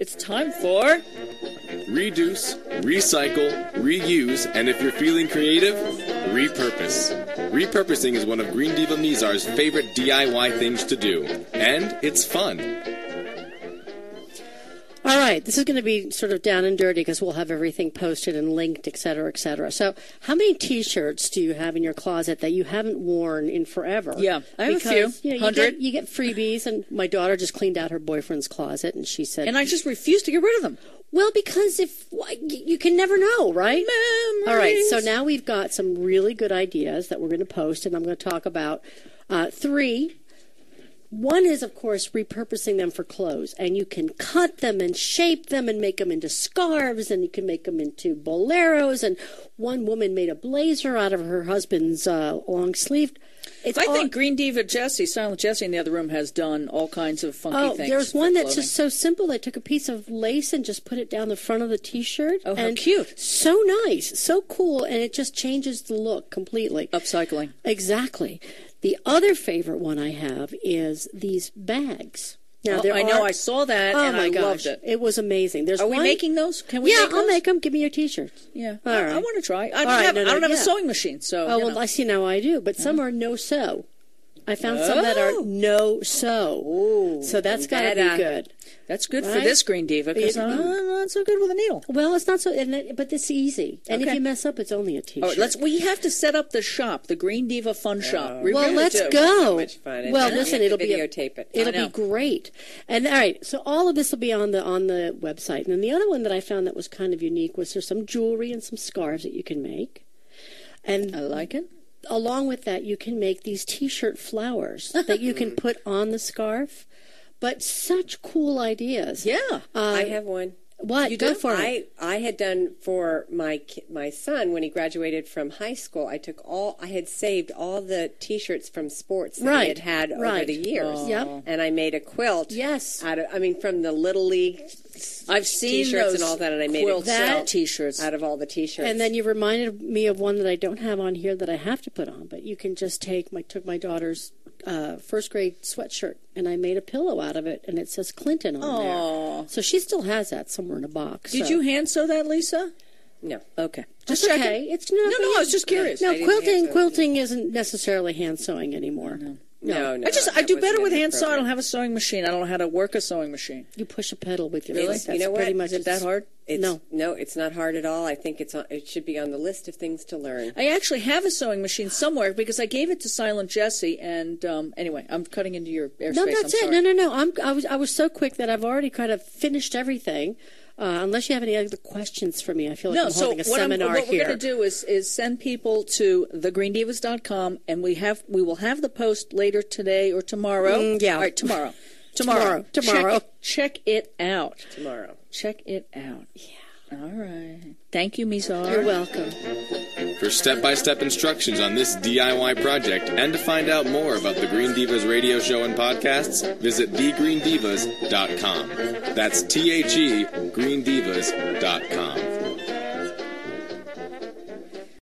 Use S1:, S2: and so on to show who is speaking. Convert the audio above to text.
S1: It's time for.
S2: Reduce, recycle, reuse, and if you're feeling creative, repurpose. Repurposing is one of Green Diva Mizar's favorite DIY things to do, and it's fun.
S1: All right, this is going to be sort of down and dirty because we'll have everything posted and linked, et cetera, et cetera. So, how many t shirts do you have in your closet that you haven't worn in forever?
S3: Yeah, I have a few,
S1: Because, You, know, you,
S3: 100.
S1: get, you get freebies, and my daughter just cleaned out her boyfriend's closet and she said,
S3: And I just refuse to get rid of them.
S1: Well, because if why- y- you can never know, right? All right. So now we've got some really good ideas that we're going to post, and I'm going to talk about uh, three. One is, of course, repurposing them for clothes, and you can cut them and shape them and make them into scarves, and you can make them into boleros. And one woman made a blazer out of her husband's uh, long sleeve. It's
S3: I
S1: all-
S3: think Green Diva Jesse, Silent Jesse in the other room has done all kinds of funky
S1: Oh,
S3: things.
S1: there's
S3: for
S1: one that's
S3: clothing.
S1: just so simple. They took a piece of lace and just put it down the front of the t-shirt.
S3: Oh, how
S1: and
S3: cute.
S1: So nice, so cool, and it just changes the look completely.
S3: upcycling.
S1: Exactly. The other favorite one I have is these bags. Now
S3: Oh,
S1: there
S3: I know
S1: are-
S3: I saw that
S1: Oh
S3: and
S1: my
S3: I
S1: gosh,
S3: loved it.
S1: was amazing. There's
S3: Are we
S1: one-
S3: making those? Can we
S1: Yeah,
S3: make
S1: I'll
S3: those?
S1: make them. Give me your t-shirts.
S3: Yeah,
S1: All
S3: I,
S1: right.
S3: want to try. I
S1: All
S3: don't
S1: right,
S3: have.
S1: no, no,
S3: I don't have
S1: yeah.
S3: a sewing machine, so.
S1: Oh
S3: you
S1: well,
S3: know.
S1: I see now I do, but some are no sew. I found some that are
S3: Oh.
S1: no sew. so that's got
S3: that,
S1: to be
S3: uh,
S1: good.
S3: that's good for
S1: Right?
S3: this Green Diva because
S1: It-
S3: I'm not so good with a needle.
S1: Well, it's not so, and that, but it's easy. And if
S3: Okay.
S1: you mess up, it's only a t-shirt.
S3: All right, Oh, let's. We have to set up the shop, the Green Diva Fun Shop. We
S1: well,
S3: really
S1: let's
S3: do.
S1: go.
S4: So Oh. much fun. And
S1: Well,
S4: then
S1: listen,
S4: we
S1: it'll be
S4: videotape it.
S1: It'll
S3: I know.
S1: be great. And all right, so all of this will be on the on the website. And then the other one that I found that was kind of unique was there's some jewelry and some scarves that you can make. And
S3: I like it.
S1: along with that, you can make these T-shirt flowers that you can put on the scarf. But such cool ideas. Uh,
S3: Yeah.
S4: I have one.
S1: Um, What?
S4: You
S1: Go
S4: do?
S1: for it.
S4: I, I had done for my ki- my son when he graduated from high school. I took all I had saved all the T-shirts from sports that
S1: Right,
S4: he had had over
S1: right.
S4: the years.
S1: Yep.
S4: And I made a quilt.
S1: Yes.
S4: Out of I mean from the little league
S3: I've seen
S4: T-shirts
S3: those
S4: and all that, and I made
S3: quilts
S4: a
S3: out
S4: quilt
S3: of T-shirts.
S4: out of all the T-shirts.
S1: And then you reminded me of one that I don't have on here that I have to put on, but you can just take my took my daughter's uh, first grade sweatshirt and I made a pillow out of it and it says Clinton on there. So she still has that somewhere in a box.
S3: Did
S1: so-
S3: you hand sew that, Lisa?
S4: no.
S3: Okay.
S1: That's
S3: Just checking.
S1: okay. It's not
S3: No, no, I was just curious.
S1: No,
S4: didn't
S1: quilting
S4: answer.
S1: quilting isn't necessarily hand sewing anymore.
S4: No, no.
S3: I just I
S4: that
S3: do
S4: wasn't
S3: better
S4: in
S3: with
S4: the
S3: hand sew. I
S4: program.
S3: don't have a sewing machine. I don't know how to work a sewing machine.
S1: You push a pedal with your foot. That's
S4: You know
S1: pretty
S4: what?
S1: much
S3: Is it that hard?
S4: It's,
S1: no.
S4: no, it's not hard at all. I think it's on, it should be on the list of things to learn.
S3: I actually have a sewing machine somewhere because I gave it to Silent Jesse. And um, anyway, I'm cutting into your airspace.
S1: No, that's
S3: I'm
S1: it.
S3: sorry.
S1: No, no, no. I'm, I was I was so quick that I've already kind of finished everything. Uh, unless you have any other questions for me, I feel like
S3: No,
S1: I'm
S3: so
S1: holding a
S3: what,
S1: seminar
S3: I'm, what
S1: here.
S3: we're going to do is is send people to thegreendivas.com, and we have we will have the post later today or tomorrow.
S1: Mm, yeah.
S3: all right, tomorrow, tomorrow,
S1: Tomorrow, tomorrow.
S3: Check, check it out.
S4: Tomorrow.
S3: Check it out. Yeah. All right. Thank you, Mizar.
S1: You're welcome.
S2: For step by step instructions on this DIY project and to find out more about the Green Divas radio show and podcasts, visit thegreendivas.com. That's T H E, greendivas.com.